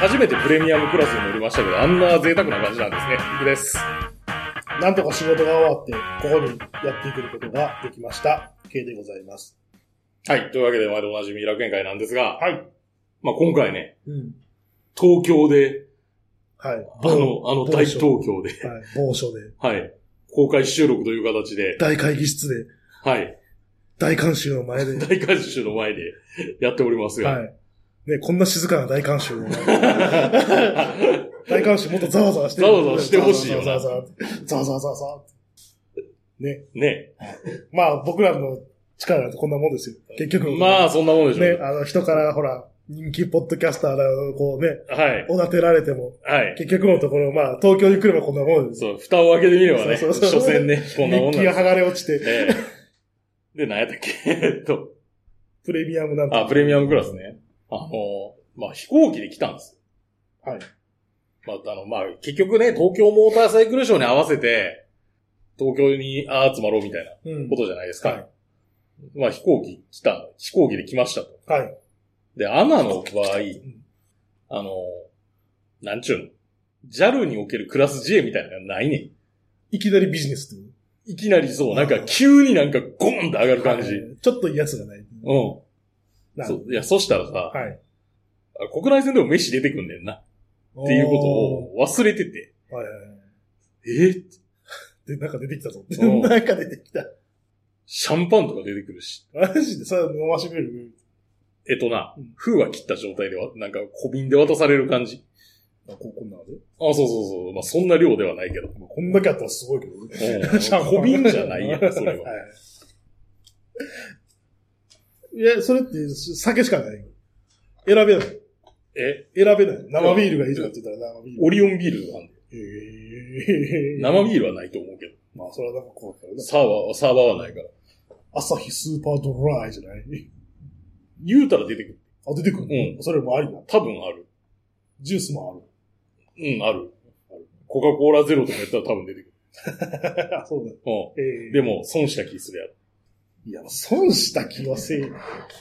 初めてプレミアムクラスに乗りましたけど、あんな贅沢な感じなんですね。僕です。なんとか仕事が終わって、ここにやってくることができました。K でございます。はい。というわけで、毎度おなじみ楽園会なんですが、はい。まあ、今回ね、うん。東京で、はい。あの、あの大東某京所で、はい。某所で、はい。公開収録という形で、大会議室で、はい。大観衆の前で、大観衆の前でやっておりますが、はい。ね、こんな静かな大観衆を。大観衆もっとざわざわしてざわざわしてほしいよざなわざわざわざわざわざわざわざわね。 ね。まあ、僕らの力なんてこんなもんですよ。結局。まあ、そんなもんでしょうね、あの、人から、ほら、人気ポッドキャスターだの、こうね、はい。おだてられても、はい。結局のところ、まあ、東京に来ればこんなもんですそう、よ。蓋を開けてみればね、そうそうそう所詮ね、こんなもん日なんで記がす。剥がれ落ちて、ええで、何やったっけえっと、プレミアムなんて。あ、プレミアムクラスね。あの、まあ、飛行機で来たんです。はい。まあ、あの、まあ、結局ね、東京モーターサイクルショーに合わせて、東京にあ集まろうみたいなうんこ。とじゃないですか。はいまあ、飛行機来た、飛行機で来ましたと。はい。で、アナの場合ん、あの、なんちゅうの、JAL におけるクラス J みたいなのがないねん。いきなりビジネスといういきなりそう、なんあかー急になんかゴンと上がる感じ。はうん。いちょっといいやつがない。なそういや、そしたらさ、はい。あ国内線でも飯出てくんねんな。っていうことを忘れてて。おー。はいはいはい。えで、なんか出てきたぞ。うん なんか出てきた。シャンパンとか出てくるし。マジで、それ飲ましめる。えっとなうん、封は切った状態では、なんか小瓶で渡される感じ。あ、ここんなので。あ、そうそうそう。まあ、そんな量ではないけど。まあこんだけあったらすごいけどね。シャンパン 小瓶じゃない やん、それは。い。いや、それって酒しかない。選べない。え選べない。生ビールがいいとかって言ったら生ビール。オリオンビールがあんねんへー生ビールはないと思うけど。まあ、それはなんかこうだけどな。サーバーは、サーバーはないから。朝日スーパードライじゃない 言うたら出てくる。あ、出てくるうん。それもありな。多分ある。ジュースもうん、ある。コカ・コーラゼロとかやったら多分出てくる。ある。あそうだ。うえん。ーでも、損した気するやろ。いや、損した気はせえ。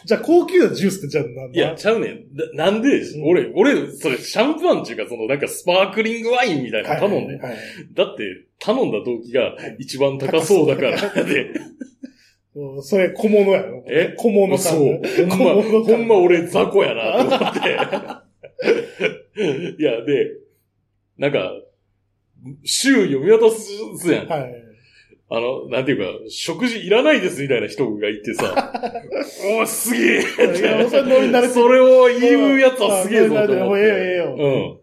じゃあ、高級なジュースってじゃあ、なんいや、、ちゃうねん。ななんで、うん俺、俺、それ、シャンパンっていうか、その、なんか、スパークリングワインみたいなはいの頼んで。はいだって、頼んだ動機が一番高そうだから。 で、うんそれ、小物やろ。え小物感そねう。ほんま、小物ほ感んま俺、雑魚やな、と思って。 いや、で、なんか、周囲を見渡すやん。はい。あの、なんていうか、食事いらないですみたいな人がいて さ、おーすげえいや、それ乗り慣れてそれを言うやつはすげえぞと思もっうええよええて。よ。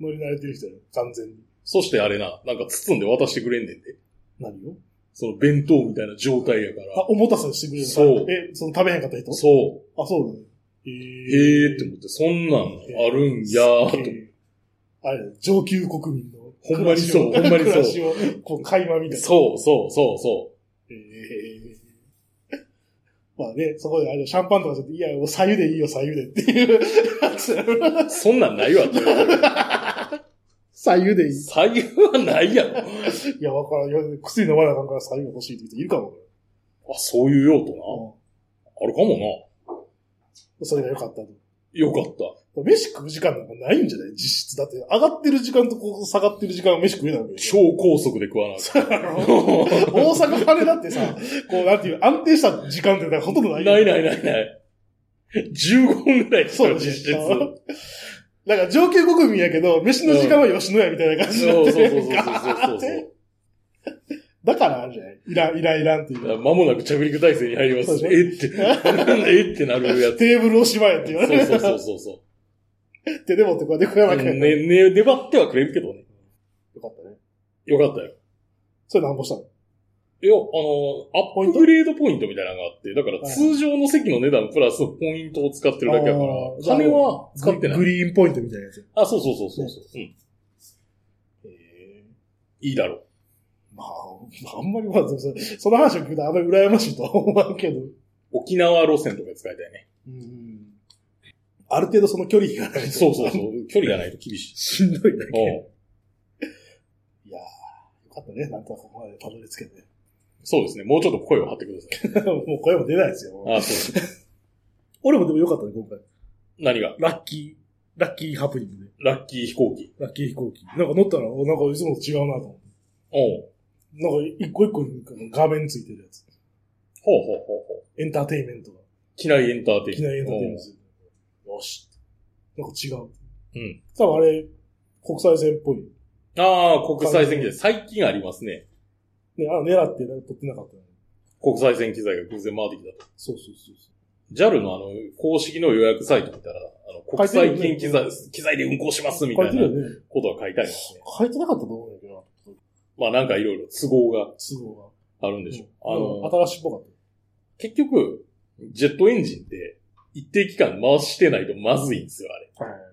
うん。乗り慣れてる人やろ、完全に。そしてあれな、なんか包んで渡してくれんねんで。何をその弁当みたいな状態やかあ、ら。おもたせしてくれるのそうえ、その食べへんかった人そう。あ、そうだね。えへえーって思って、そんなんあるんやーと。あれ、上級国民の。ほんまにそうほんまにそう暮らしを、こう、垣間みたいな。そうそうそうそえーまあね、そこで、あれ、シャンパンとかじゃなくていや、もう左右でいいよ、左右でっていうやつ。う。そんなんないわって言われて。左右でいい。左右はないやろ。あ、いや、わからんよ。薬飲まなあかんから左右が欲しいって人いるかも。そういう用途な。あるかもそれが良かったと。な。よかった。飯食う時間なんかないんじゃない実質。だって、上がってる時間とこう下がってる時間は飯食えないわけ でしょ超高速で食わなあか大ん阪羽だってさ、こう、なんていう、安定した時間ってなんかほとんどない。ないないないない。15分ぐらいしそかう実質。だねだから上級国民やけど、飯の時間は吉野家みたいな感じになそっうそうそてうそうるそうそうそう。 だからあるじゃないいらん、いらん、いらんっていだう。から間もなく着陸体制に入りますし。そうえって、えってなるやつ。テーブルをしまえって言われそうそて、うそうそうそ手でもってこうやって 食わう。なきゃいけない。ね、ね、粘ってはくれるけどね。よかったね。よかったよ。それなんぼしたのいや、あの、アップグレードポイントみたいなのがあって、だからはい通常の席の値段プラスポイントを使ってるだけだからあー、金は使ってなグい。リーンポイントみたいなやつ。あ、そうそうそうそうそう、うん。いいだろまあ、あんまりまあ、でもそその話を聞くとあんまり羨ましいとは思わんけど。う。沖縄路線とか使いたいね。うん。ある程 度その距離がないと。そうそうそう。距離がないと厳しい。しんどいだ け。うんいやー、よかったね。なんとかここまでたどり着けて。 そうですね。もうちょっと声を張ってください。もう声も出ないですよ。あ、そうです。俺もでもよかったね、今回。 何がラッキー。ラッキーハプニングで。ラッキー飛行機。ラッキー飛行機。なんか乗ったら、おなんかいつもと違うなと思って。おうなんか一個一個に画面ついてるやつ。ほうほうほうほう。エンターテインメントが。機内エンターテインメント。いきなりエンターテインメントおうする。よし。なんか違う。うん。多分あれ、国際線っぽい。ああ、国際線機材。最近ありますね。ね、あ、狙ってなんか撮ってなかったよね。国際線機材が偶然回ってきたと。そうそうそうそ JAL のあの、公式の予約サイト見たら、あの、国際線機材、書いてるよね機材で運航しますう。み書たいいてなるよね。ことが書いてありますね。書いてなかったと思うんだけど、まあなんかいろいろ都合が都合あるんが。でしょう。うんあの、新しいっぽかっ結局、ジェットエンジンって一定期間回してないとまずいんですよ、あれ。た。はい。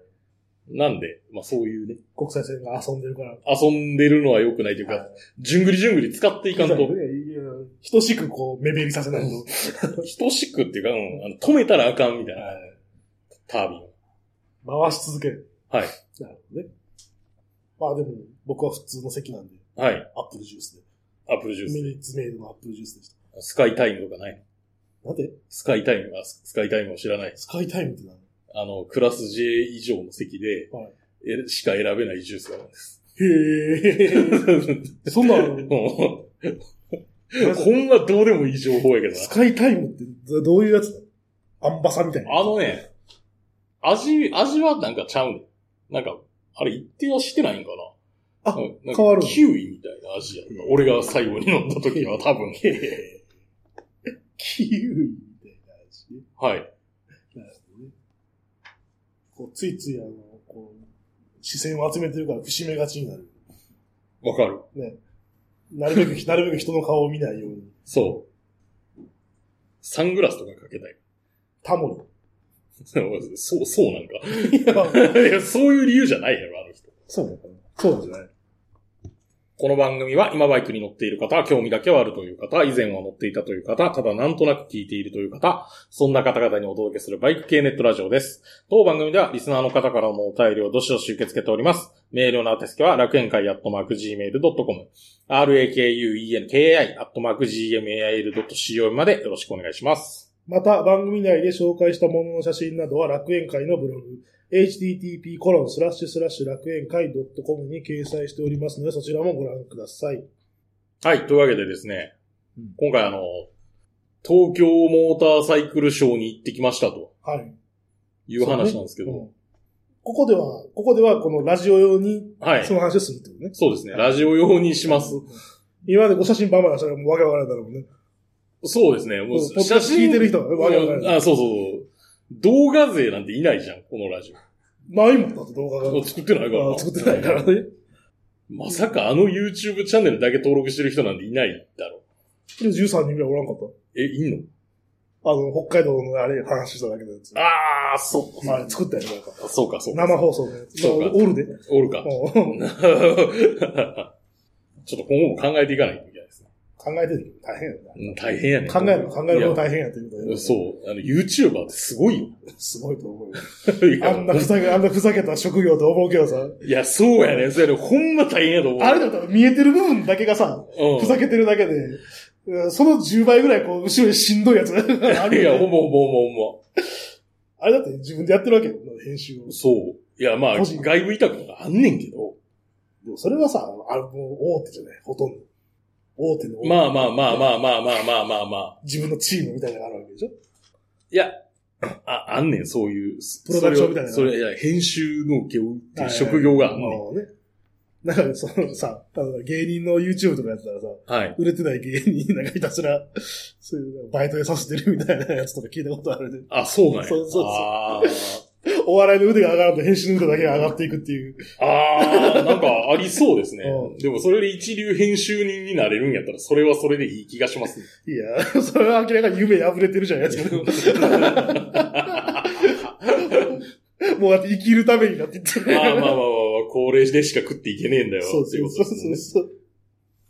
なんで、まあそういうね、国際線が遊んでるから。遊んでるのは良くないというはか、じゅんぐりじゅんぐり使っていい かんと、いやいや等しくこう、目減りさせないと。等しくっていうか、うんあの止めたらあかんみたいな、タービンを。回し続ける。はい。なるほどね。まあでも、僕は普通の席なんで、はい。アップルジュースで。アップルジューミニッツメイドのアップルジュースでした。ス。スカイタイムとかないなんでスカイタイムが、ススカイタイムを知らない。スカイタイムってなのあの、クラス J 以上の席で、はいえしか選べないジュースがあるんです。へ え。そんなのもうこんなどうでもいい情報やけどなス。カイタイムってどういうやつだアンバサみたいな。あのね、味、味はなんかちゃうねんなんか、あれ一定はしてないんかな。あうん、なんか変わるのキウイみたいな味やった。俺が最後に飲んだ時は多 分。へえ。キウイみたいな味ね。はい。なるほどね。こう、ついついあの、こう、視線を集めてるから節目がちになる。わかる。なるべく、なるべく人の顔を見ないように。そう。サングラスとかかけたい。 タモそう、そうなんか。 リ。いや、いや、そういう理由じゃないやろ、あの人。そうなのかなそうなんじゃないこの番組は今バイクに乗っている方、興味だけはあるという方、以前は乗っていたという方、ただなんとなく聞いているという方、そんな方々にお届けするバイク系ネットラジオです。当番組ではリスナーの方からのお便りをどしどし受け付けております。メールの宛先は楽園会アットマーク Gmail.com、rakuenki アットマーク Gmail.co までよろしくお願いします。また、番組内で紹介したものの写真などは楽園会のブログ、http コロンスラッシュスラッシュ楽園会 .com に掲載しておりますので、そちらもご覧ください。はい、というわけでですね、うん今回あの、東京モーターサイクルショーに行ってきましたとはい。いう話なんですけど、うんここでは、ここではこのラジオ用に、はい。その話をするってことね。そうですね。ラジオ用にします。今までご写真バンバン出したらもうわけわからないだろうもんね。そうですね。ももううポッドキャスト聞いてる人はねわけわからない。あ、そうそうそう。動画勢なんていないじゃん、このラジないもんだって動画が。オ。作ってない からあ作ってないから。ね。まさかあの YouTube チャンネルだけ登録してる人なんていないだろで13人ぐらいおらんかっう。え、いんのた。あの、北海道のあれ話しただけのやつ。ああ、そあれ作ったやつなんか。う。そうか、そうか。生放送のやつ。そうかまあオールで。うおるか。 んちょっと今後も考えていかないといけないですね。考えてるけど大変やな。うん大変やね考える、考えるほどい大変やっていうことやで。そう。あの、YouTuber ってすごいよ。すごいと思うよ。 いあんなやふざけ、あんなふざけた職業と思うけどさ。いや、そうやね。それほんま大変やと思う。あれだったら見えてる部分だけがさ、うんふざけてるだけで、うんその10倍ぐらいこう、後ろにしんどいやつがあるいや、よねほんまほんまほんまほんま。あれだって自分でやってるわけよ、編集を。そう。いや、まあ、個人外部委託とかあんねんけど。でもそれはさ、あの、もう大手じゃない、ほとんど。大手のまあまあまあまあまあまあまあまあまあ。自分のチームみたいなのがあるわけでしょいや、あ、あんねん、そういう。プロダクションみたいなそれをそれ、いや、編集の業っていう職業があんねん。のね。だから、そのさ、あの芸人の YouTube とかやってたらさ、はい。売れてない芸人なんかひたすら、そういうバイトでさせてるみたいなやつとか聞いたことあるで、あ、そうなんや。そうそうそうあお笑いの腕が上がると編集の腕だけが上がっていくっていう。ーあー、なんかありそうですねうん。でも、それで一流編集人になれるんやったら、それはそれでいい気がします ね。いや、それは明らかに夢破れてるじゃん、やつが。もうだって生きるためになっていってるまあまあまあまあまあ、高齢でしか食っていけねえんだよ。そうそうっていことですもんそう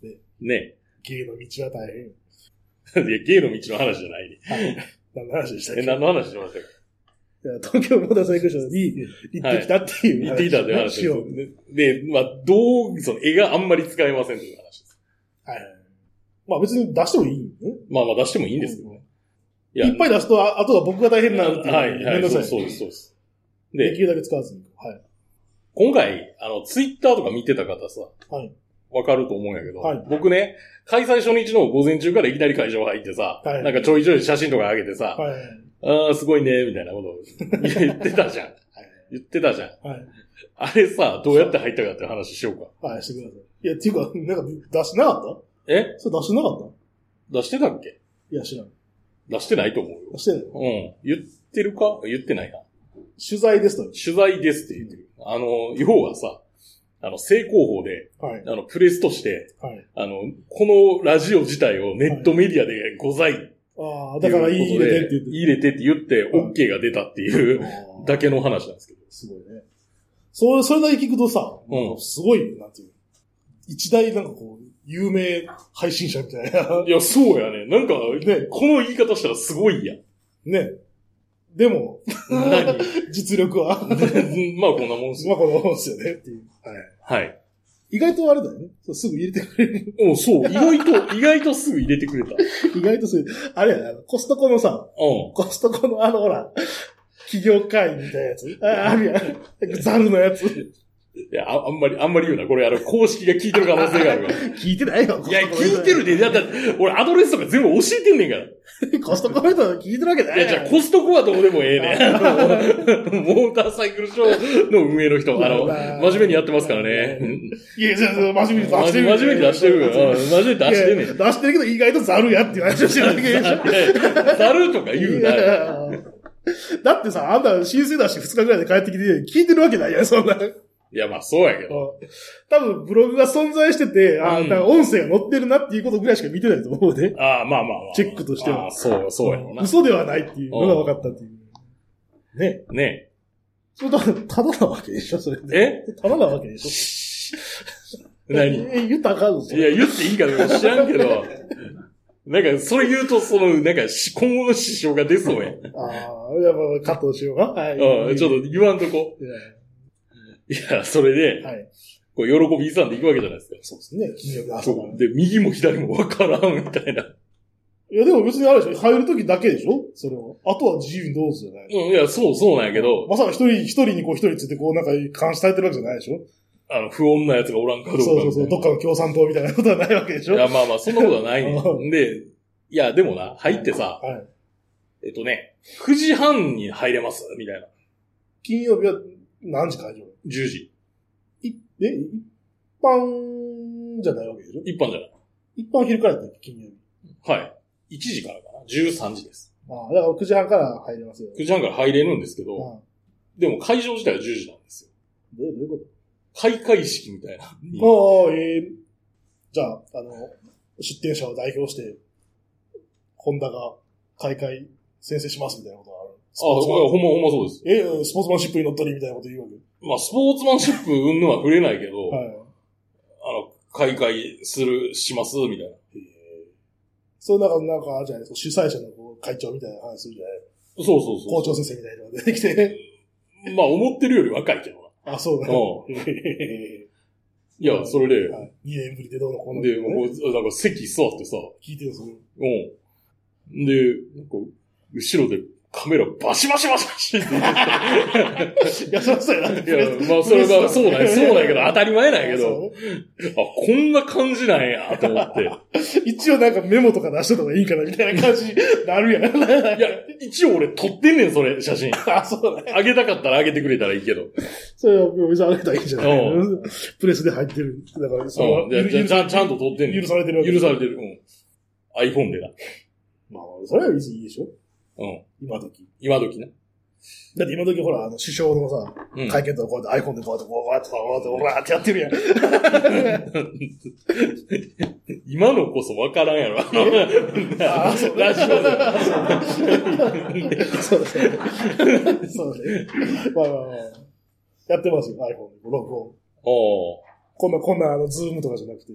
ねそう。ね。芸の道は大変。いや、芸の道の話じゃ ないね。何の話でしたっけえ、何の話してましたっけいや東京モーターサイクルショーに行ってきたっていう言っていたって話です話を。よ。で、まあ、どう、その絵があんまり使えませんという話です。はいはいはいまあ別に出してもいいんだよねまあまあ出してもいいんですけどね。いいっぱい出すと、ああとは僕が大変になるっていう。はい、めはんどい、くさそ。そういうです、そうです。ででき、るだけ使わずに。はい。今回、あの、ツイッターとか見てた方さ、はい。わかると思うんやけど、はい僕ね、開催初日の午前中からいきなり会場入ってさ、はいなんかちょいちょい写真とか上げてさ、はい。ああ、すごいね、みたいなことを言ってた じゃん。言ってたじゃん。はい。あれさ、どうやって入ったかって話しようか。はい、してください。いや、っていうか、なんか、出してなかっえたそれ出してなかった出してたっけいや、知らん。出してないと思うよ。出してない。うん。言ってるか言ってないな。取材ですと。取材ですって言ってる。あの、要はさ、あの、正攻法で、はい。あの、プレスとして、はい。あの、このラジオ自体をネットメディアでございああ、だから、いいねって言って。入れてって言って、はい OK が出たっていうあーだけの話なんですけど。すごいね。そう、それだけ聞くとさ、うんなんかすごい、なんていう。一大なんかこう、有名配信者みたいな。 いや、そうやね。なんか、ね、この言い方したらすごいやん。ね。でも、何 実力は、まあまあ、こんなもんっすよ。こんなもんですよねっていう。はい。はい。意外とあれだよね。そうすぐ入れてくれる。うん、そう。意外と、意外とすぐ入れてくれた。うん。意外とそういう、あれやな、コストコのさ、コストコのあのほら、企業会みたいなやつ。あ、あるやん。ザルのやつ。いや、ああんまり、あんまり言うな。これ、あの、公式が聞いてる可能性があるから。聞いてないよ。いや、聞いてるで。だって、俺、アドレスとか全部教えてんねんから。る。コストコの人は聞いてるわけないいや、じゃあ、コストコはどうでもええ ねん。モーターサイクルショーの運営の人、あの、真面目にやってますからね。うんいや、じゃあ、真面目に出真して面る。目に出してるよ。うん真面目に出してんねいやん。出してるけど、意外とザルやっていう話をしてるだけでしょ。ざるとか言うな。いだってさ、あんた申請出して2日ぐらいで帰ってきて、聞いてるわけないやん、そんな。や、まあ、そうやけど。多分ブログが存在してて、あ、うんだから音声が載ってるなっていうことぐらいしか見てないと思うね。ああ、まあまあまあ。チェックとしてはああそう、そうやろうな。嘘ではないっていうのが分かったっていう。ね。ねそれだ、ただなわけでしょ、それで。えただなわけでしょ。何いえ、言ったらあかんぞ、それや、言っていいかどうか知らんけど、なんか、それ言うと、その、なんか、し今後の支障が出そうや。ああ、やっぱ、加藤しようか。はい。うん、ちょっと言わんとこ。いや、それで、と。はい。こう、喜び遺産でいくわけじゃないですか。そうですね、金曜日の朝だそう。で、右も左もわからん、みたいな。いや、でも別にあれでしょ入るときだけでしょそれは。あとは自由にどうぞじゃない。うん、いや、そう、そうなんやけど、まさか一人、一人にこう一人ついてこうなんか監視されてるわけじゃないでしょあの、不穏な奴がおらんかどうそかうみたいな。そうそう。どっかの共産党みたいなことはないわけでしょいはい。や、まあまあ、そんなことはないね。うんで、いや、でもな、入ってさ、えっとね、9時半に入れます、みたいな。金曜日は何時会場10時。いえ、一般じゃないわけでしょ一般じゃない。一般昼からやったっけ金曜日。はい。1時からかな。13時です。ああ、だから9時半から入れますよ。 9時半から入れるんですけあど、あでも会場自体は10時なんですよ。どうどういうこ開会式みたいな。とああ、ええじゃあ、あの、出店者を代表して、ホンダが開会宣誓しますみたいなことがある。あ、ほんまほんまそうです。え、スポーツマンシップに乗ったりみたいなこと言うわけ。まあ、スポーツマンシップ云々は触れないけど、はい。あの、開会する、します、みたいな。そう、なんか、なんか、あるじゃないですか、主催者のこう会長みたいな話するじゃないそうそうそ校う。長先生みたいなのが出てき て。まあ、思ってるより若いけどな。あ、そう だ。うん。いいや、それで、 2年ぶりでどうのこうのってで、ね、もう、なんか席座ってさ、聞いてるんですよ。うん。で、なんか、後ろでカメラバシバシバシバシって言っていや、そうそうやな。いや、まあ、それは、そうなんや、そうなんやけど、当たり前なんやけど、そうあ、こんな感じなんや、と思って。い一応なんかメモとか出しとた方がいいかな、みたいな感じになるやん。や、一応俺撮ってんねん、それ、写真。 あ、そうだね。あげたかったらあげてくれたらいいけど。それは別にあげたらいいんじゃないうプレスで入ってる。だから、それはうん。じゃあじゃあちゃん、ちゃんと撮ってんねん。許されてるわけ許されてる。うん。iPhone でな。まあ、それは別にいいでしょうん。今時。今時な。だって今時ほら、あの、首相のさ、うん。会見とかこうやって iPhone でこうやってこうやってこうやってこうやってやってるやん。今のこそわからんやろ。ああーその、ラジオで。そうですね。そうですね。まあまあまあ。やってますよ、iPhone で、録音。おーこんな、こんな、あの、ズームとかじゃなくて。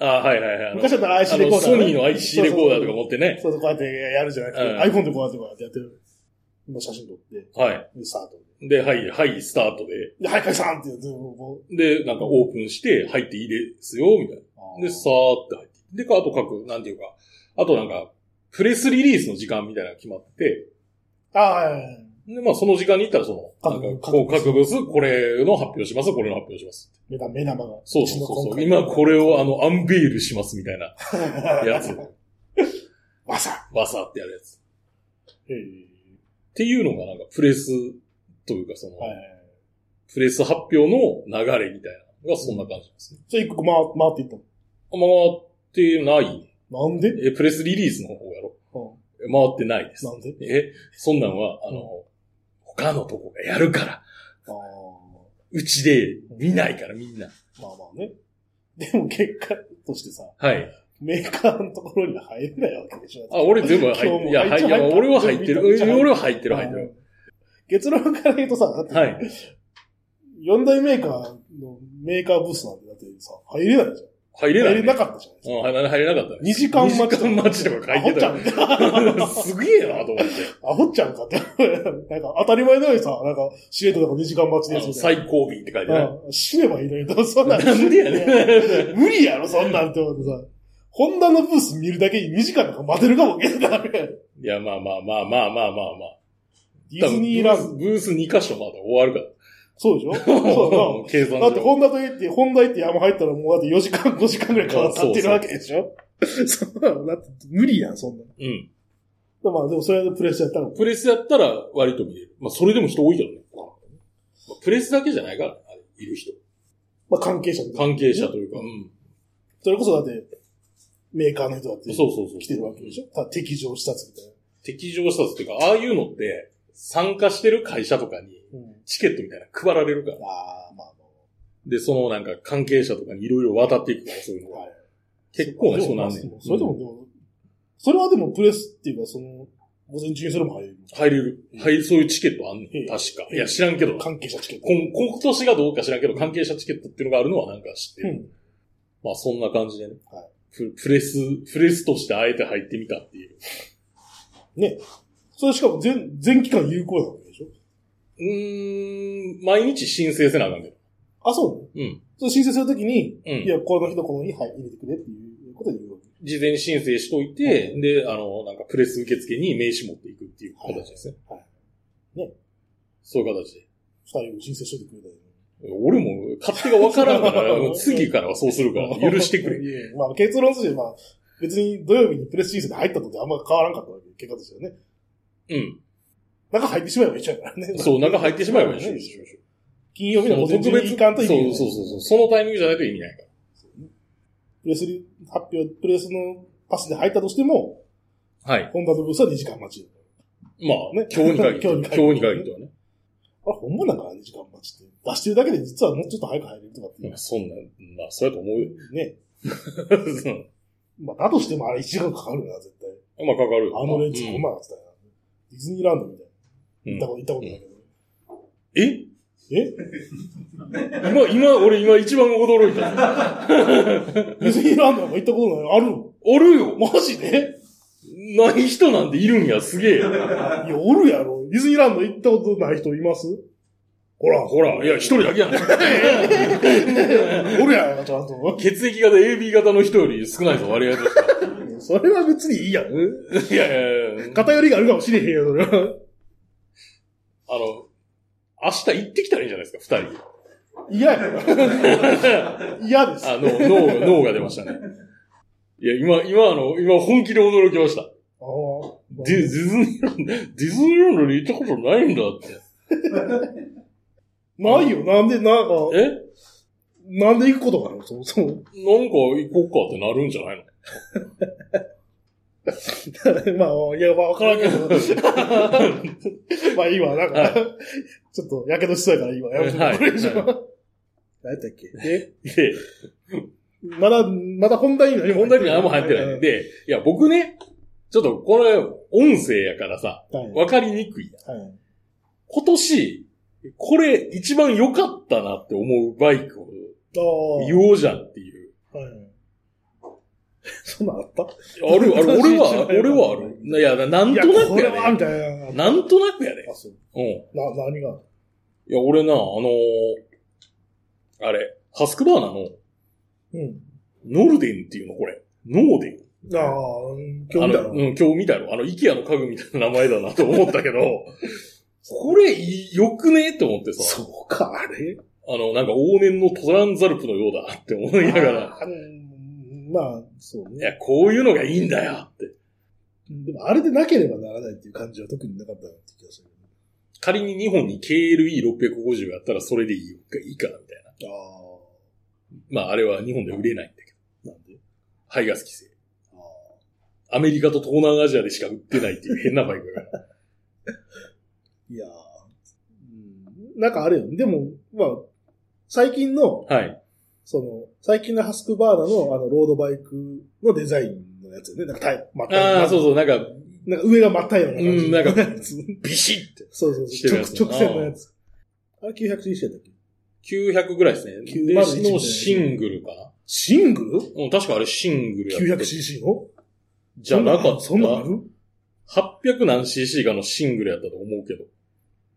あー、はいはいはい。あの昔だったら IC あレコの、ーダーね、ソニーの IC レコーダーとか持ってね。そうそう、こうやってやるじゃなくて、うん iPhone でこうやってこうやってやってる。今写真撮って、はい。で、スタート。で、はい、はい、スタートで。で、はい、解散って言って、こで、なんかオープンして、入っていいですよ、みたいな。う。で、さーって入って。で、あと書く、なんていうか、あとなんか、プレスリリースの時間みたいなのが決まってて、ああ、はいはいはい。で、まあ、その時間に行ったら、その、各なんかこう、各各ブース、これの発表します、これの発表します。目玉目玉が。そうそうそうそう。ちの今今これを、あの、アンビールします、みたいな 回。やつ。わさ。バサーってやるやつ。っええていうのが、なんか、プレスというか、その、はい。プレス発表の流れみたいなのが、そんな感じですね。それ一個回回っていっ回ってない。たの。なんでえ、プレスリリースの方やろうんえ回ってないですな。んでえ、そんなんは、あの、他のとこがやるから、ああ、うちで見ないから、みんな。まあまあね。でも結果としてさ、はい。メーカーのところには入れないわけでしょ。あ、俺全部今日入って、もいや、あはいい、ついや、入った俺は入 ってる。めっちゃ入った俺は入ってる、入ってうる。ん結論から言うとさ、だって、はい。四大メーカーのメーカーブースなんて、だってさ、入れないじゃ入れん。ない入れ。なかったじゃないですうか。ん、入入れなかったね。 2時間待ち。二時間待ちとか書いてたアよホちゃんか。 すげえな と思って。アホちゃんかって。なんか当たり前のようにさ、なんか、シエットとか2時間待ちあでのすみたい最後尾って書いてなな。うん死ねばいいのに、そんなんい。なんでやねん。無理やろ、そんなんって思ってさ。ホンダのブース見るだけに2時間とか待てるかもけどな。デいや、まあまあまあまあまあまあまあ。ィズニーランド。ブース2カ所まで終わるから。そうでしょそう計算だな。だって、ホンダと言って、ホンダ行って山入ったらもうだって4時間、5時間ぐらい変わってるわけでしょ そんなの、だって無理やん、そんなの。うん。まあでもそれでプレッシャーやったら、プレスやったら割と見れる。まあ、それでも人多いけどね。まあプレスだけじゃないから、あれいる人。まあ関係者とか関係者というか。うん。それこそだって、メーカーの人だってそうそうそう。来てるわけでしょただ敵上視察みたい敵情視察っていうか、ああいうのって、参加してる会社とかに、な。うん。チケットみたいなの配られるから。ああ、まあで、そのなんか関係者とかにいろいろ渡っていくから、そういうのまあ、が。はい。結構ね、そそううななんんでねすそれでも、でも、それはでもプレスっていうか、その、午前中にそれも入る。入れる。はい、そういうチケットあんねんええ。確か。いや、知らんけど。こん関係者チケット。今年がどうか知らんけど、関係者チケットっていうのがあるのはなんか知ってうる。ん。まあ、そんな感じでねはい。ププレス、プレスとしてあえて入ってみたっていう。ね。それしかも全、全期間有効なわけでしょうーん、毎日申請せなあかんけど。あ、そうなのうん。それ申請するときに、うんいや、この日のこの日入れてくれっていうことで言うわけ。事前に申請しといて、で、あの、なんかプレス受付に名刺持っていくっていう形ですね。はいはいね。そういう形で。二人を申請しといてくれたよね。俺も勝手がわからん から、もう次からはそうするから、許してくれ。れ。まあ結論として、まあ別に土曜日にプレスシーズンで入ったのであんま変わらんかったわけ、結果としてはね。うん。中入ってしまえば一緒やからね。そう、中入ってしまえば いいし。金曜日の午前中に行かんとそういけないそうそうそう。そのタイミングじゃないと意味ないから。プレスリ発表、プレスのパスで入ったとしても、はい。ホンダのブースは2時間待ち。まあ、ねね、今日に限って、 今今日に限って日に限ってはね。あれ、ほんまなんかな2時間待ちって。出してるだけで実はもうちょっと早く入れるとかっていうまあ、そんな、まあ、そうやと思うよ。 ね。うんまあだとしてもあれ1時間かかるよな、絶対。まあ、かかるよ。あのレンズこんまなんやつだよな。ディズニーランドみたいうんな。行ったこと、行ったことえないけど。今、今、俺今一番驚いた。あえディズニーランドなんか行ったことないあるのるよマジでない人なんているんや、すげえ。いや、おるやろ。ディズニーランド行ったことない人いますほら、ほら、いや、一人だけやねおるやろ、ちゃんと。 血液型 AB 型の人より少ないぞ、割合としそれは別にいいやん。て。 いやいやいや、偏りがあるかもしれへんやん、それは。あの、明日行ってきたらいいんじゃないですか、二人。嫌やろ。嫌です。あの、脳が、脳が出ましたね。いや、今、今あの、今本気で驚きました。あーディディズニーランド、ディズニーランドに行ったことないんだって。ないよ。なんで、なんか、えなんで行くことがあるのそもそも。なんか行こうかってなるんじゃないの まあ、いや、まあ、わからんけど。 まあ、いいわ。なんはか、ちょっと、やけどしそうやから、いいわ。やめとはいこれ以上はい何やったっけで、 で、まだ、まだ本題に何も問題に何も入ってない。で、いや、僕ね、ちょっとこれ、音声やからさ、はい。わかりにくいな。はい今年、これ一番良かったなって思うバイクをああ。言おうじゃんっていう。はい。 そんなんあったある、ある、俺は、俺はある。いや、なんとなこくれやは、で。みたいな。なんとなくやであ、。そう。うん。な、何がいや、俺な、あのーあれ、ハスクバーナのうん。ノルデンっていうの、これ。ノーデン。ああ、うん今あ日みたい の、うん、今日見たやろ。あの、イケアの家具みたいな名前だなと思ったけど、これいい、よくねって思ってさ、そうか、あれあの、なんか往年のトランザルプのようだって思いながら、あーうんまあ、そういね。や、こういうのがいいんだよって。でも、あれでなければならないっていう感じは特になかったなって気がする。仮に日本に KLE650 やったらそれでいいよいいかな、みたいな。あまあ、あれは日本では売れないんだけど。あ、なんで排ガス規制。ああアメリカと東南アジアでしか売ってないっていう変なバイクが。いやーうんなんかあれよ。でも、まあ、最近の、はい。その、最近のハスクバーナの、あの、ロードバイクのデザインのやつよね。なんかタイ、まああ、そうそう、なんか、 なんか上がまったような感じ。うんなんか そうビシッて。そうしてるやつそう。直直線のやつ。あれ 900cc やったっけ900ぐらいですね。 901でみたいなのシングルかな。シングルうん、確かあれシングルやった ?900cc のじゃなかった。そんなんある800何 cc かのシングルやったと思うけど。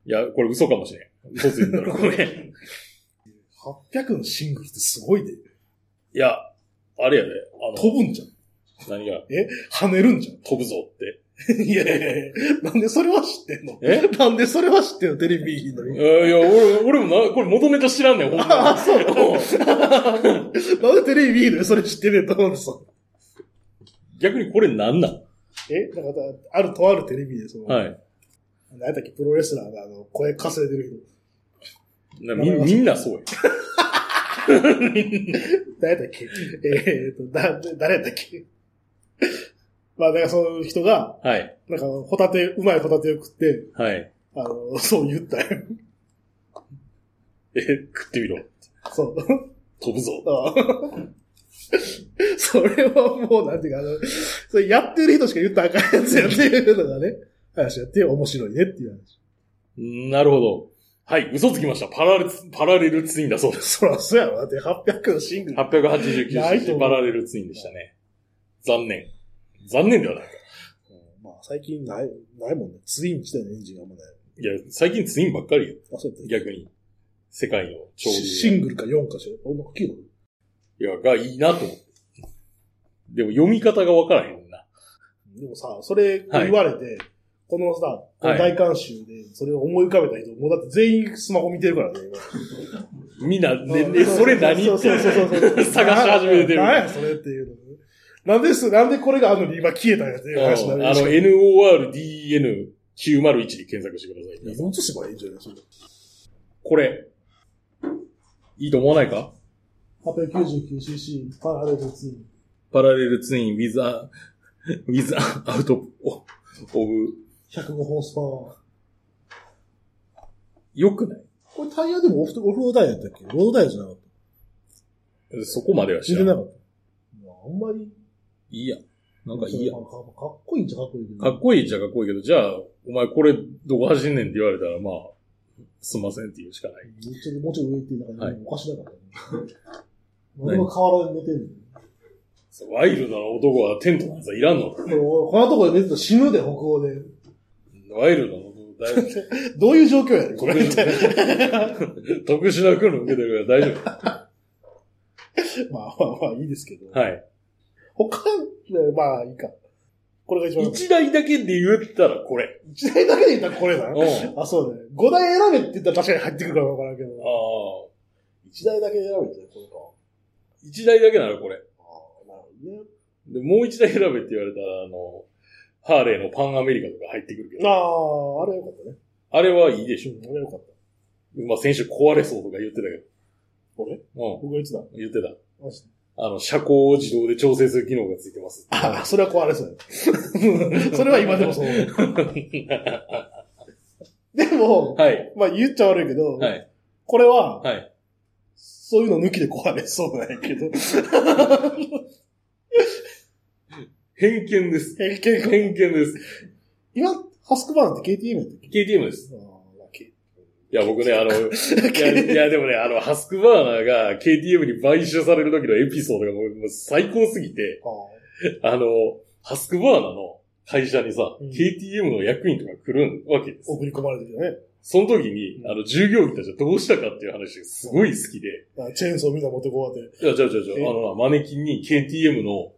いや、これ嘘かもしれん。嘘ついて たらごめん。 ?800 のシングルってすごいで。いや、あれやで、あ飛ぶんじゃん。の、何が跳ねるんじゃ 飛ぶぞって。ん。いやいやいやなんでそれは知ってんのえ なんでそれは知ってんのテレビ見ひんのいに。や、いや俺、俺もな、これ元ネタ知らんねん、ほん ああ、まそうなのなんでテレビ見ひんのにそれ知ってねえと思うんですよ逆にこれなんなんえなんか、あるとあるテレビで、その、はい。何やったっけ、プロレスラーが、あの、声稼いでるなみ、みんなそうや。人。何やったっけ えー、っと、だ、誰やったっけ まあ、だからその人が、はい。なんか、ホタテ、うまいホタテを食って、はい。あの、そう言ったよ。 え、食ってみろ。そう。 飛ぶぞ。あーそれはもう、なんていうか、あの、それやってる人しか言ったらあかんやつやっていうのがね、話やって面白いねっていう話。なるほど。はい、嘘つきました。パラレル、パラレルツインだそうです。そらそうやろ。だって800のシングル。ないと 889cc 思パうラレルツインでしたね。残念。残念ではない。まあ、最近ない、ないもんね。ツイン自体のエンジンがあんまない。いや、最近ツインばっかりよ。あ、そうやった逆に。世界の潮シ流シングルか4かしら。あ、なんか聞いたこいや、がいいなと思って。でも読み方がわからへんな。とでもさ、それ言われて、このさ、この大観衆で、それを思い浮かべた人、もうだって全員スマホ見てるからね、今。みんな、ね、うんねそれ何そうそうそうそうそ探うし始めてるななんや、それっていうのね。なんです、なんでこれがあるのに今消えたんやっていううん話になあるの、し。 NORDN901 で検索してください皆さん。映せばいいんじゃないそれ。これ、いいと思わないか 899cc、パラレルツイン。パラレルツイン、ウィザー、ウィザー、アウト、オブ、 105ホースパワー。よくないこれタイヤでもオフオフロードタイヤやったっけロードタイヤじゃなかった。そこまでは知知れらなない。かった。いやあんまり。いいや。なんかいいやか。かかっこいいんじゃかっこいいけど。かっこいいじゃかっこいいけど、じゃあ、お前これどこ走んねんって言われたら、まあ、すんませんって言うしかない。ちょっともうちょい上行って、なんか、はいおかしだからね。 俺も河原で寝てるワイルドな男はテントなんざいらんのの。もうこんなとこで寝てたら死ぬで、北欧で。ワイルドな男、だいぶどういう状況やねん、これ。みたいな。特殊な訓練受けてるから大丈まあまあまあ、いいです けど。夫。はい。他、まあいいか。これが一番。一台だけで言ったらこれ。一台だけで言ったらこれだうん。ああ、そうだね。五台選べって言ったら確かに入ってくるからわからんけど。あ。一台だけ選べって言ったらこ一台だけならこれ。れか。ああ、なるほどね。で、もう一台選べって言われたら、あの、ハーレーのパンアメリカとか入ってくるけど。ああ、あれよかったね。あれはいいでしょ。うんあれよかった。まあ、先週壊れそうとか言ってたけ俺ど。僕がいつだうん。言ってた。マジであの、車高を自動で調整する機能がついてます。ああ、それは壊れそう や。それは今でもそう。でも、はい。まあ言っちゃ悪いけど、はい。これは、はい。そういうの抜きで壊れそうなんやけ ど。偏見です。 偏見です。今、ハスクバーンって KTM やったっけ KTM です。ああまあ K- いや、僕ね、あの、いや、いやでもね、あの、ハスクバーナーが KTM に買収される時のエピソードがもうもう最高すぎて、ああの、ハスクバーナーの会社にさ、うん KTM の役員とか来るわけです。送り込まれてるよね。その時に、あの、従業員たちはどうしたかっていう話がすごい好きで、あチェーンソーみんな持ってこうやって。いや、じゃあじゃあじゃえあ、あのな、マネキンに KTM の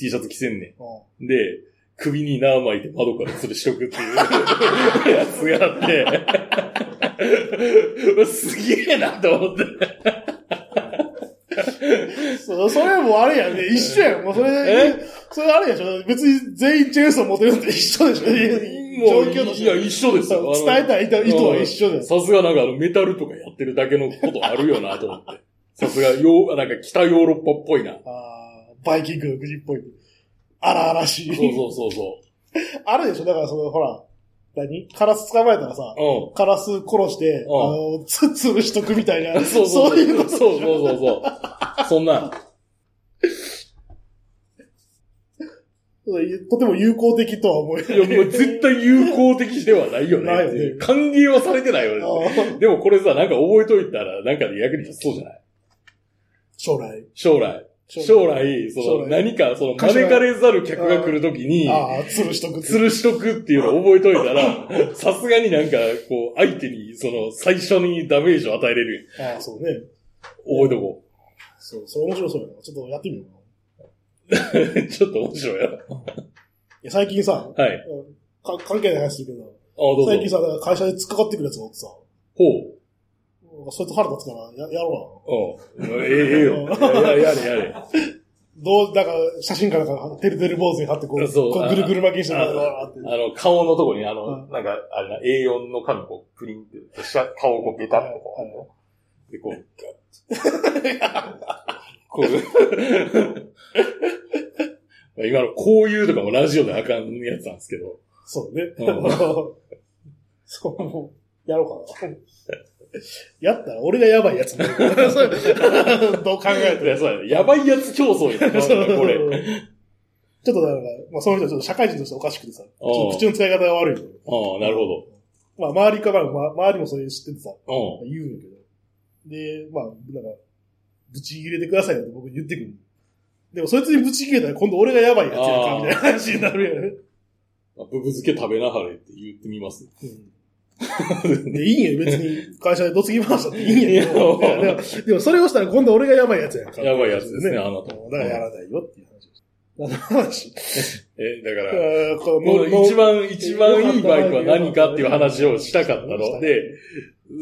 T シャツ着せんねああん。で、首に縄巻いて窓から吊るしとくっていうやつがあって、すげえなと思って。そそれもあれやね。一緒やん。もうそれ、それあれやでしょ。別に全員チェーンソー持てるのと一緒でしょ。も状う、況としいてや、は。一緒ですよ。あの伝えたい意図意図は一緒です。さすがなんかあのメタルとかやってるだけのことあるよなと思って。さすが、よう、なんか北ヨーロッパっぽいな。そあーバイキングの国っぽい。荒々しうい。そうそうそあるでしょだからその、ほら、何カラス捕まえたらさ、う。カラス殺して、うんあの、つ、潰しとくみたいな。うん。 そうそうそういうことそうそうそうそう。そんな。とても有効的とは思えないいや、もう絶対有効的ではないよね。ないよね歓迎はされてないよね。あ ーでもこれさ、なんか覚えといたら、なんかで役に立ちそうじゃない将来。将来。将来、その、将来何か、その、招かれざる客が来るときに、ああ、潰しとく。吊るしとくっていうのを覚えといた ら、さすがになんか、こう、相手に、その、最初にダメージを与えれる。ああ、そうね。覚えとこそう、それ面白そうやな。ちょっとやってみようかな。う。 ちょっと面白いよ。いや、最近さ、はい。あ、か関係ない話するけどど、うぞ最。近さ、だから会社で突っかかってくるやつがおってさ、ほそいつ腹立つからややろう。うん。ええ、ええ よ。やややれやれ。うな。どう、だから、写真家なんか、てるてる坊主に貼ってこう、そうこうぐるぐる巻きにして、あわーわーって。あの、顔のとこに、あの、うなんか、あれな、A4 の紙こう、プリンって、下顔をこう、ベタッとこう、で、こう、 こう。 まあ今の、こういうとかもラジオであかんやつなんですけど。そうねう。 そう、もう、やろうかな。やったら俺がやばいやつになるそうどう考えいてもや、そうやね。やばいやつ競争やな、こ れ。うん。ちょっとなんか、まあその人はちょっと社会人としておかしくてさ、ちおうょっと口の使い方が悪いのよ。なるほまあ周りから、まあ周りもそれ知っててさ、ど。言うんやけど。で、まあ、なんか、ぶち切れてくださいよって僕に言ってくる。でもそいつにぶち切れたら今度俺がやばいやつやんか、みたいな話になるやん。うん。まあぶぶ漬け食べなはれって言ってみます。うんで、いいんや、別に会社でどつき回したっていいんやけど。いやいやでも、でもそれをしたら今度俺がやばいやつやんか。やばいやつですね、だあなた。からやらないよっていう話。あの話。え、だあから、ーこうもう一も番、一番いいバイクは何かっていう話をしたかったしたのねで、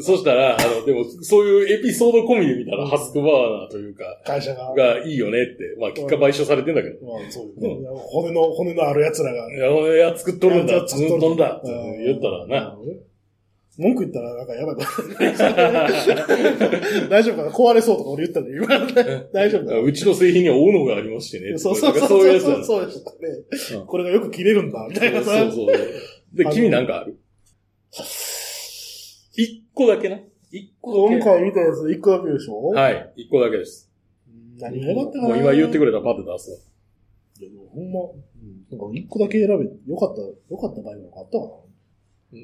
そしたら、あの、でも、そういうエピソード込みで見たら、ハスクバーナーというか、会社が。まがいいよねって、まあ、結果賠償されてんだけど、あ、そうですね。骨の、骨のある奴らが。いや、俺は作っとるんだ、作っとるんだって言ったらな、な。文句言ったらなんかやばいこと。 大丈夫かな壊れそうとか俺言ったんで、今。大丈夫かな うちの製品には大のがありましてね、そうそうとそかう。そういうやつそだうねそうでしたうね。んこれがよく切れるんだ、みたいなさ。そうそうそう。であ、の君なんかある一個だけな。一個だけ。今回見たやつ一個だけでしょはい、一個だけです。何が良かったかなもう今言ってくれたらパッて出すわ。いやでもほんま、うんなんか一個だけ選べ、良かった、良かったバイクなんかあったか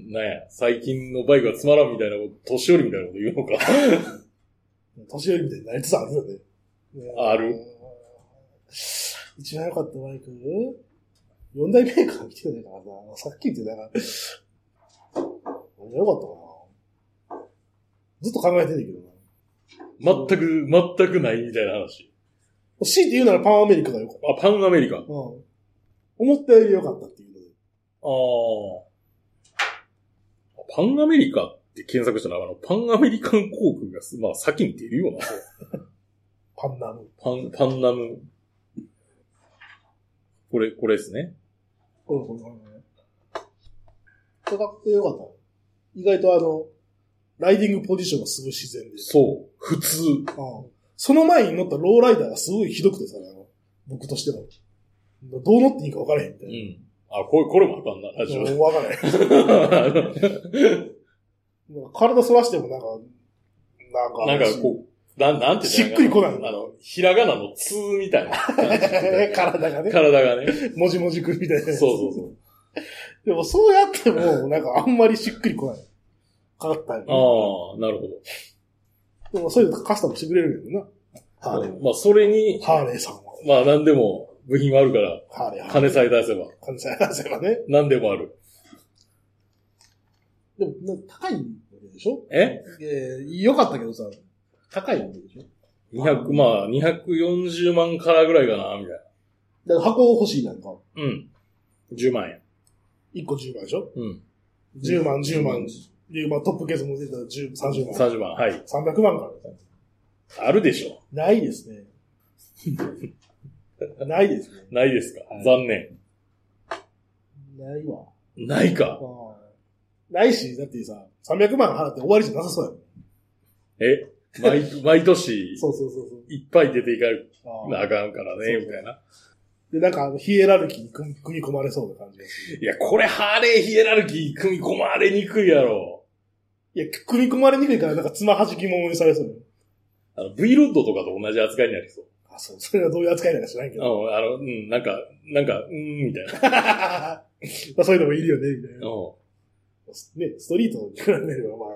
なんや、最近のバイクはつまらんみたいなこと、年寄りみたいなこと言うのか。な年寄りみたいになりつつあるよね。 ある一番良かったバイク四大メーカー見てないからな。さっき言ってたから。何が良かったかな。ずっと考えてんねんけどな。全く、全くないみたいな話。強いて言うならパンアメリカが良かった。あ、パンアメリカ。ああ。うん。思ったより良かったっていうので。パンアメリカって検索したら、あの、パンアメリカン航空がす、まあ、先に出るような。パンナム。パン、パンナム。これ、これですね。うん、こんな感じね。価格良かった。意外とあの、ライディングポジションがすごい自然で。そう。普通。うんその前に乗ったローライダーがすごいひどくてさ、あの僕としては。どう乗っていいか分からへんみたういん。あ、これ、これもあかんな、ラジオで。な。もう分からへん。 なんか体反らしてもなんか、ななんんか、か、こう、なん、なんて言ったらしっくりこないあの、ひらがなの通みたい な感じ 体がね、体がね。もじもじくみたいそうな。そうそう。でもそうやっても、なんかあんまりしっくりこない。かかったんあよあ、なるほね。でもそういうのカスタムしてくれるんやけどな。ハーレど。まあ、それにー。、ハーレーさんは。まあ、何でも部品はあるから、ハーレー、ハーレー。金さえ出せば、関西男性はね。何でもある。でも、な高いわけでしょええー、良かったけどさ、高いわけでしょ ?200、まあ、240万からぐらいかな、みたいだから箱欲しいなんか。な。うん。 10万円。 1個10万でしょうん。 ?10 万、10万。で、まあトップケース持ってたら10 30万。 30万。はい。 300万から。あるでしょ。ないですね。 ないですね。ないですか。はい残念。ないわ。ないあか。ーないし、だってさ、300万払って終わりじゃなさそうやもん。え毎、 毎年、そうそうそうそう。いっぱい出ていかあーなあかんからね、そうみたいな。で、なんかあの、ヒエラルキーに組み組み込まれそうな感じがする。いや、これ、ハーレーヒエラルキー組み込まれにくいやろ。いや、組み込まれにくいから、なんか、つまはじき者にされそうよあの、V ロッドとかと同じ扱いになりそう。あ、そう、それがどういう扱いなのか知らんけう ど。ん、あの、うん、なんか、なんか、うん、みたいな。まあ、そういうのもいるよね、みたいな。うん。ね、ストリートに比べれば、ま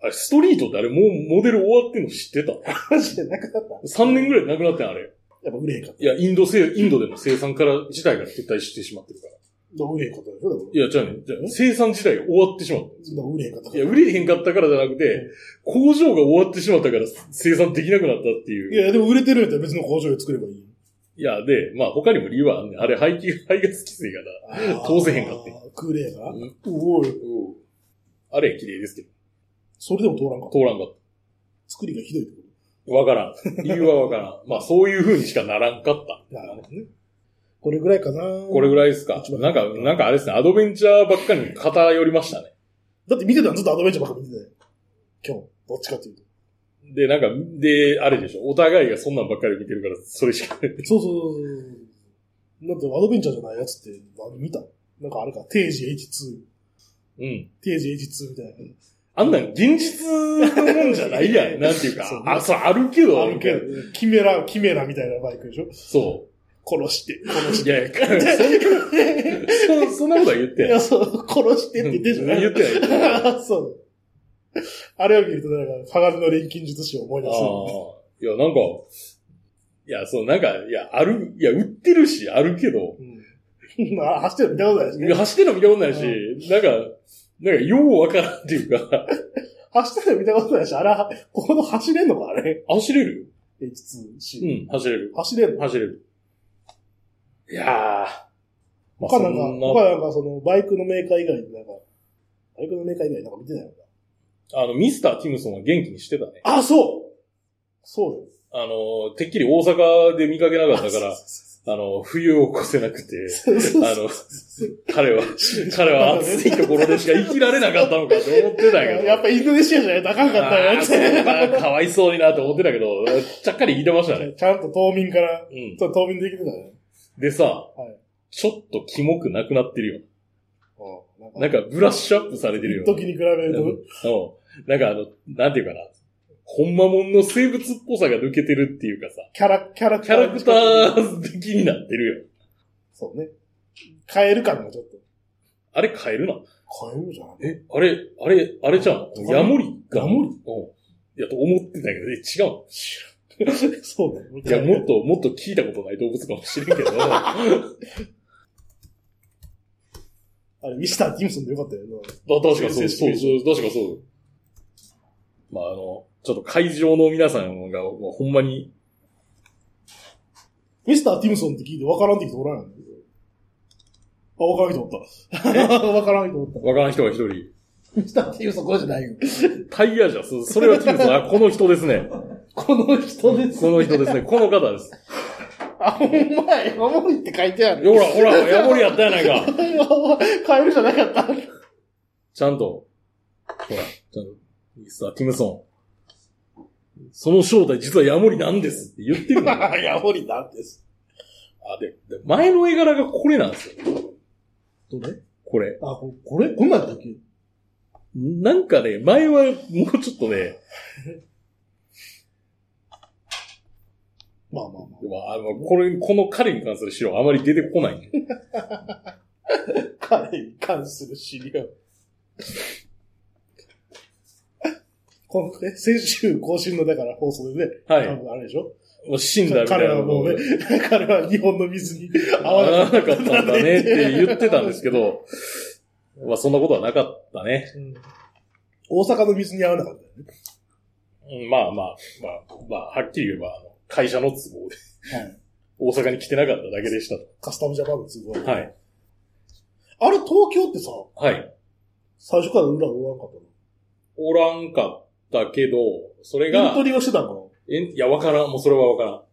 あれ、ストリートってあれ、もうモデル終わってんの知ってたあ、話じゃなくなった。 ?3 年ぐらいなくなってん、あれ。やっぱ売れへんかった。いや、インド製、インドでの生産から、自体が撤退してしまってるから。どう売れへんかったでしょ、だかいや、じゃあね、じゃあ生産自体が終わってしまった。ら。どう売れへんかったかいら。や、売れへんかったからじゃなくて、工場が終わってしまったから生産できなくなったっていう。いや、でも売れてるんやったら別の工場で作ればいいよ。いや、で、まあ他にも理由はあんねんあれ、排気、 排ガス規制がな。 通せへんかってあー。クーレーが、うんおい。あれ、綺麗ですけど、それでも通らんかっ通た。らんかっ作りがひどいってこた。わからん。理由はわからん。まあ そういう風にしかならんかった。と。なるほどね。これぐらいかなこれぐい。らいですか。なんか、なんかあれですね、アドベンチャーばっかりに偏りましたね。だって見てたのずっとアドベンチャーばっか見てたよ。今日。どっちかっていうと。で、なんか、で、あれでしょ。お互いがそんなんばっかり見てるから、それしか。そうそうそうそう。だってアドベンチャーじゃないやつって何見たなんかあれか、定時 H2。うん。定時 H2 みたいな。あんなん現実のもんじゃない やん。なんていうかそう。あ、そう、あるけど。あるけど。、キメラ、キメラみたいなバイクでしょそ殺して、う。殺し。いやいや、 そんそそんなことは言ってていない。や、そう、殺して って言ってんじゃない言ってない言って ない。あそう。あれを見ると、なんか、鋼の錬金術師を思いあ出す。いや、なんか、いや、そう、なんか、いや、ある、いや、売ってるし、あるけど、うん。まあ、走ってるの見たことないですね。走ってるの見たことないし、なんか、なんか、ようわからんっていうか、 走ってるの見たことないし、あれは、ここの走れんのか、あれ。走れる H2C。うん、走れる。走れんの走れる。いやー。まあ、他そなんんなか、、他なんかその、バイクのメーカー以外でなんか、バイクのメーカー以外なんか見てないのか。あの、ミスター・ティムソンは元気にしてたね。あ、そうそうあの、てっきり大阪で見かけなだかった から、あの、冬を越せなくて、あの、彼は、彼は暑いところでしか生きられなかったのかと思ってたんやけど。やっぱインドネシアじゃないとあかんかったあよーっそうて。だなかわいそうになと思ってたけど、ちゃっかり聞いてましたね。ちゃんと冬眠から、うん。そう冬眠できてたね。でさはい、ちょっとキモくなくなってるよ。うんなんかブラッシュアップされてるよ。一時に比べると、うん。なんかあの、なんていうかな。ほんまもんの生物っぽさが抜けてるっていうかさ、キャラ、キャラキャラクター的になってるよ。そうね。変える感がちょっと。あれ変えるな。変えるじゃん。えあれ、あれ、あれじゃん。ヤモリが。ヤモリうん。いや、と思ってたけど、え違う。 そうね。いや、もっと、もっと聞いたことない動物かもしれんけ ど。だあれ、ミスター・ティムソンでよかったよな。確かそう、そう、そう、確かそう。まあ、あの、ちょっと会場の皆さんが、まあほんまに、ミスター・ティムソンって聞いて分からんって人おらんやん。あ、分からん人おった。 分からん人おった。わからん人が一人。ミスター・ティムソンこれじゃないよ。タイヤじゃん。そそれはティムソン。あ、この人ですね。この人です。この人ですね。この方 です。あ、ほんまや、ヤモリって書いてある。ほら、ほら、ヤモリやったやないか。変えるじゃなかった。 ちゃんと、ほら、ちゃんと、ミスター・ティムソン。その正体実はヤモリなんですって言ってるのよヤモリなんです。あ、で、で前の絵柄がこれなんですよ。どれこれ。あ、ここれこんなんやったっけなんかね、前はもうちょっとね、まあまあまあ。まああの、これ、この彼に関する資料あまり出てこない、彼に関する資料。このね、先週更新のだから放送でね、はい多分あれでしょもう死んだみたい彼なはもうね、彼は日本の水に合合わわななかかっったたんんだだねねって言ってたんですけ ど、まあそんなことはなかったね。た。うん大阪の水に合わなかったよね。うんまあまあ、まあ、まあ、はっきり言えば、あの会社の都合ではい。大阪に来てなかっただけでしたと。カスタムジャパンの都合ではい。あれ東京ってさ、はい。最初から裏おらんかったおらんかったけど、それの。エンがト、リーはしてたんかなえんいや、わからん。もうそれはわからん。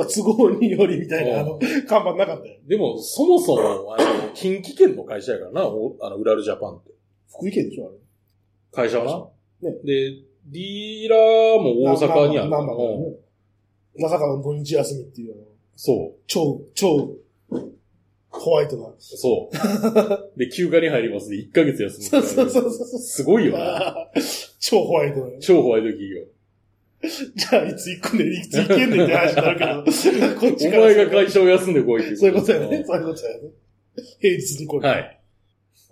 なんか都合によりみたいな、あうの、看板なかったよ。でも、そもそも、あの、近畿圏の会社やからな、おあの、ウラルジャパンって。福井県でしょ、あれ。会社はな。ねで、ディーラーも大阪にあるまかあらまあまあまあねまさかの土日休みっていう、あのそう。超、超、ホワイトな。 そう。で、休暇に入りますで、1ヶ月休む。そうそうそうそう。すごいよな。 超ホワイトな。超ホワイト企業。じゃあ、いつ行くんで、いつ行けんねんって話にな るけど、こっちかおら前すがると。会社を休んでこいっていうそういうことやね。そういうことやね。平日に来はい。まい。あ、で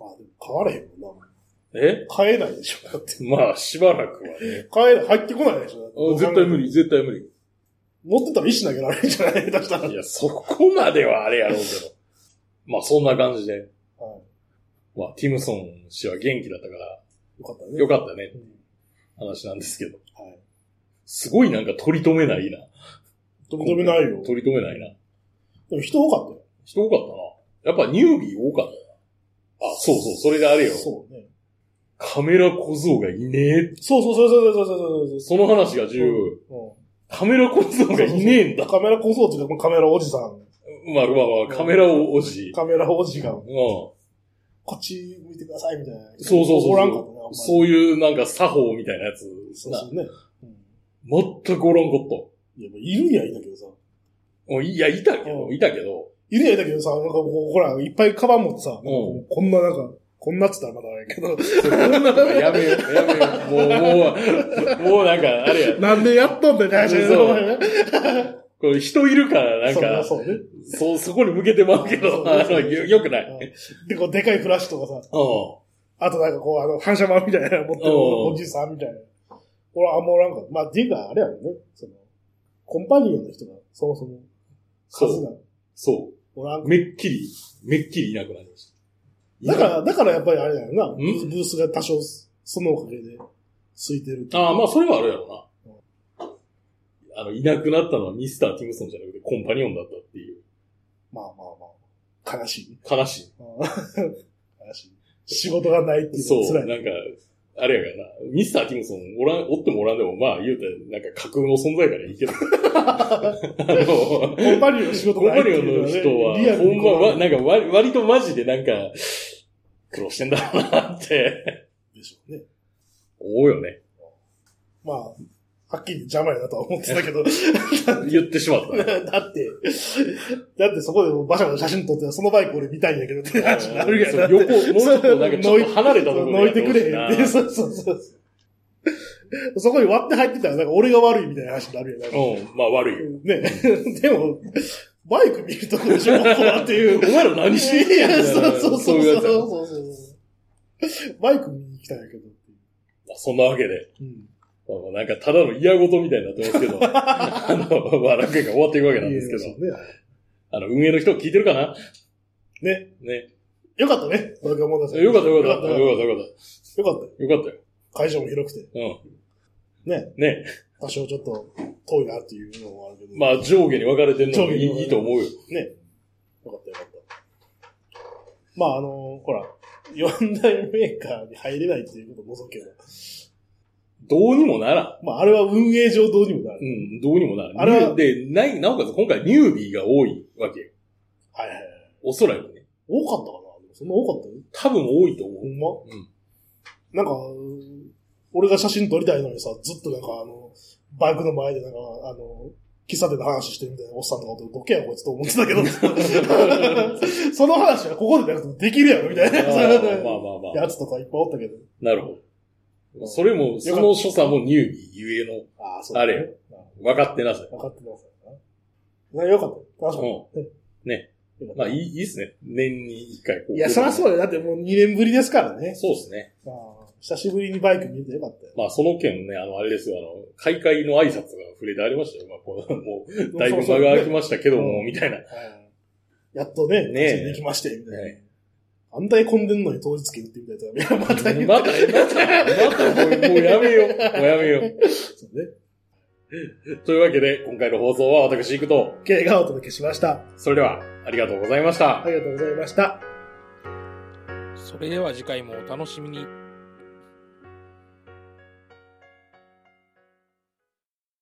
も変われへんもんな。え変えないでしょ、だって。まあ、しばらくはね。変えない、入ってこないでしょ。だってあ絶対無。理、絶対無理。持ってたら石投げられるんじゃない下手したら。いや、そこまではあれやろうけど。 まあ、そんな感じで。はいまあ、ティムソン氏は元気だったから、よかったね。よっかったね、た。話なんですけど。はい。すごいなんか取り留めないな。飛び飛びないよ。取り留めないな。でも人多かったよ。人多かったな。やっぱニュービー多かったな。あ、そうそう、それであれよ。そうね。カメラ小僧がいねえって。そうそうそうそうそうそうそうそその話が重要。う。カメラ小僧がいねえんうだん。。カメラ構想っていうか、カメラおじさん。まあまあまあ、カメラおじ。カメラおじが、うんこ。っち向いてくださいみたいな。そうそうそうそうおらんかったねあんまり。そういうなんか作法みたいなやつ。そうそうね。うんな全くおらんこいや、まあいるにはいいんだけどさ。と。うんいや、いたけど、うんいたけど。いるにはいいんだけどさ、なんかこう、ほら、いっぱいカバン持ってさ、なんかこうこんななんか、こんなっつったらまだあれやけど、そんなとかやめよう、やめよう。もう、もう、もうなんか、あれや。なんでやっとんだよ、大事そう なこれ人いるから、なんか、そうそうね。そう、そこに向けてまうけそうど、そうあそうの、よよくない。うん。うんで、こう、でかいフラッシュとかさ、あとなんかこう、あの、反射板みたいなの持ってるうんおじさんみたいな。俺はあんまおらんかった。まあ、っていうか、あれやもんね。その、コンパニオンの人が、そもそも、数そう、がそう。おらんかっめっきり、めっきりいなくなりました。た。だから、だからやっぱりあれだよな。んブースが多少、そのおかげで、空いてる。ああ、まあ、それはあるやろな。あの、いなくなったのはミスター・ティムソンじゃなくてコンパニオンだったっていう。まあまあまあ、悲しいね。悲しうん 悲しい。仕事がないってい。いうそのはう、辛い。なんか、あれやからな。ミスター・ティムソン、おらん、おってもおらんでも、まあ、言うたら、なんか架空の存在からいい けど。あの、コンパニオンの仕事コンがないパってニオいンの人は、うほんまのはは、ねなんか割、割とマジでなんか、苦労してんだろうなって、でしょうね。思うよね。まあ、はっきり邪魔やなとは思ってたけど、 言ってしまった。だって、だってそこでもうバシャバシャ写真撮って、そのバイク俺見たいんやけどって話になるやん。だって横、もうちょっとなんかちょっと離れたところ乗いてくれへんって。うそうそうそう。そこに割って入ってたら、なんか俺が悪いみたいな話になるやん。ん、まあ悪い よ。ね。でも、バイク見るとこでしょ、ここはっていう。お前ら何してんねいや やそうそうそういそうやうつやなそうそう。バイク見に来たんやけど。まあそんなわけで、うん。まあまあなんかただの嫌事みたいになってます けど、あの、まあ楽園が終わっていくわけなんですけいやど、そうねあの、運営の人聞いてるかなね。ね。よかったね、東京モーターよかったよかった。よよかったよかっかったよ。た。よかっ会場も広くて、たよ。ね。うん。ね。多少ちょっと遠いなっていうのもあるけど。まあ上下に分かれてるのもい上下に分かれいてるいいと思うよ。ね。よかったよかった。まあ、あのほら、四大メーカーに入れないっていうことを除けば、どうにもならん。まあ、あれは運営上どうにもなうる。ん、どうにもならん。あれはで、ない、なおかつ今回ニュービーが多いわけよ。はいはいはい。おそらくね。多かったかなでもそんな多かったよ。多分多いと思うほ。んまうんなんか、俺が写真撮りたいのにさ、ずっとなんかあの、バイクの前でなんか、あの、喫茶店の話してるみたいなおっさんとかとどけやこいつと思ってたけど、 その話はここでなくてもできるやろみたいなまあまあまあまあ。 やつとかいっぱいおったけど。なるほど。それも、その所作もニュービーゆえの、ああ、そうだねあれ分かってなさい。分かってくださいな。なよかった。楽しかっうん。ね。まあ、いい、いいっすね。年に一回こた。う。。いや、そりゃそううよ。だってもう2年ぶりですからね。そうですね。ああ久しぶりにバイク見てよかったよ。まあ、その件ね、あの、あれですよ、あの、開会の挨拶が触れてありましたよ。まあ、こう、もう、 だいぶ間が空きましたけども、うんみたいな。ねはいやっとね、ねえねできまして、みたいな。あんだけ混んでんのに当日券売ってみたいとか、いやまた言うまた、また、また、もうもうやめよう。もうやめよう。そうね。というわけで、今回の放送は私行くと、 経がお届けしました。それでは、ありがとうございました。ありがとうございました。それでは次回もお楽しみに。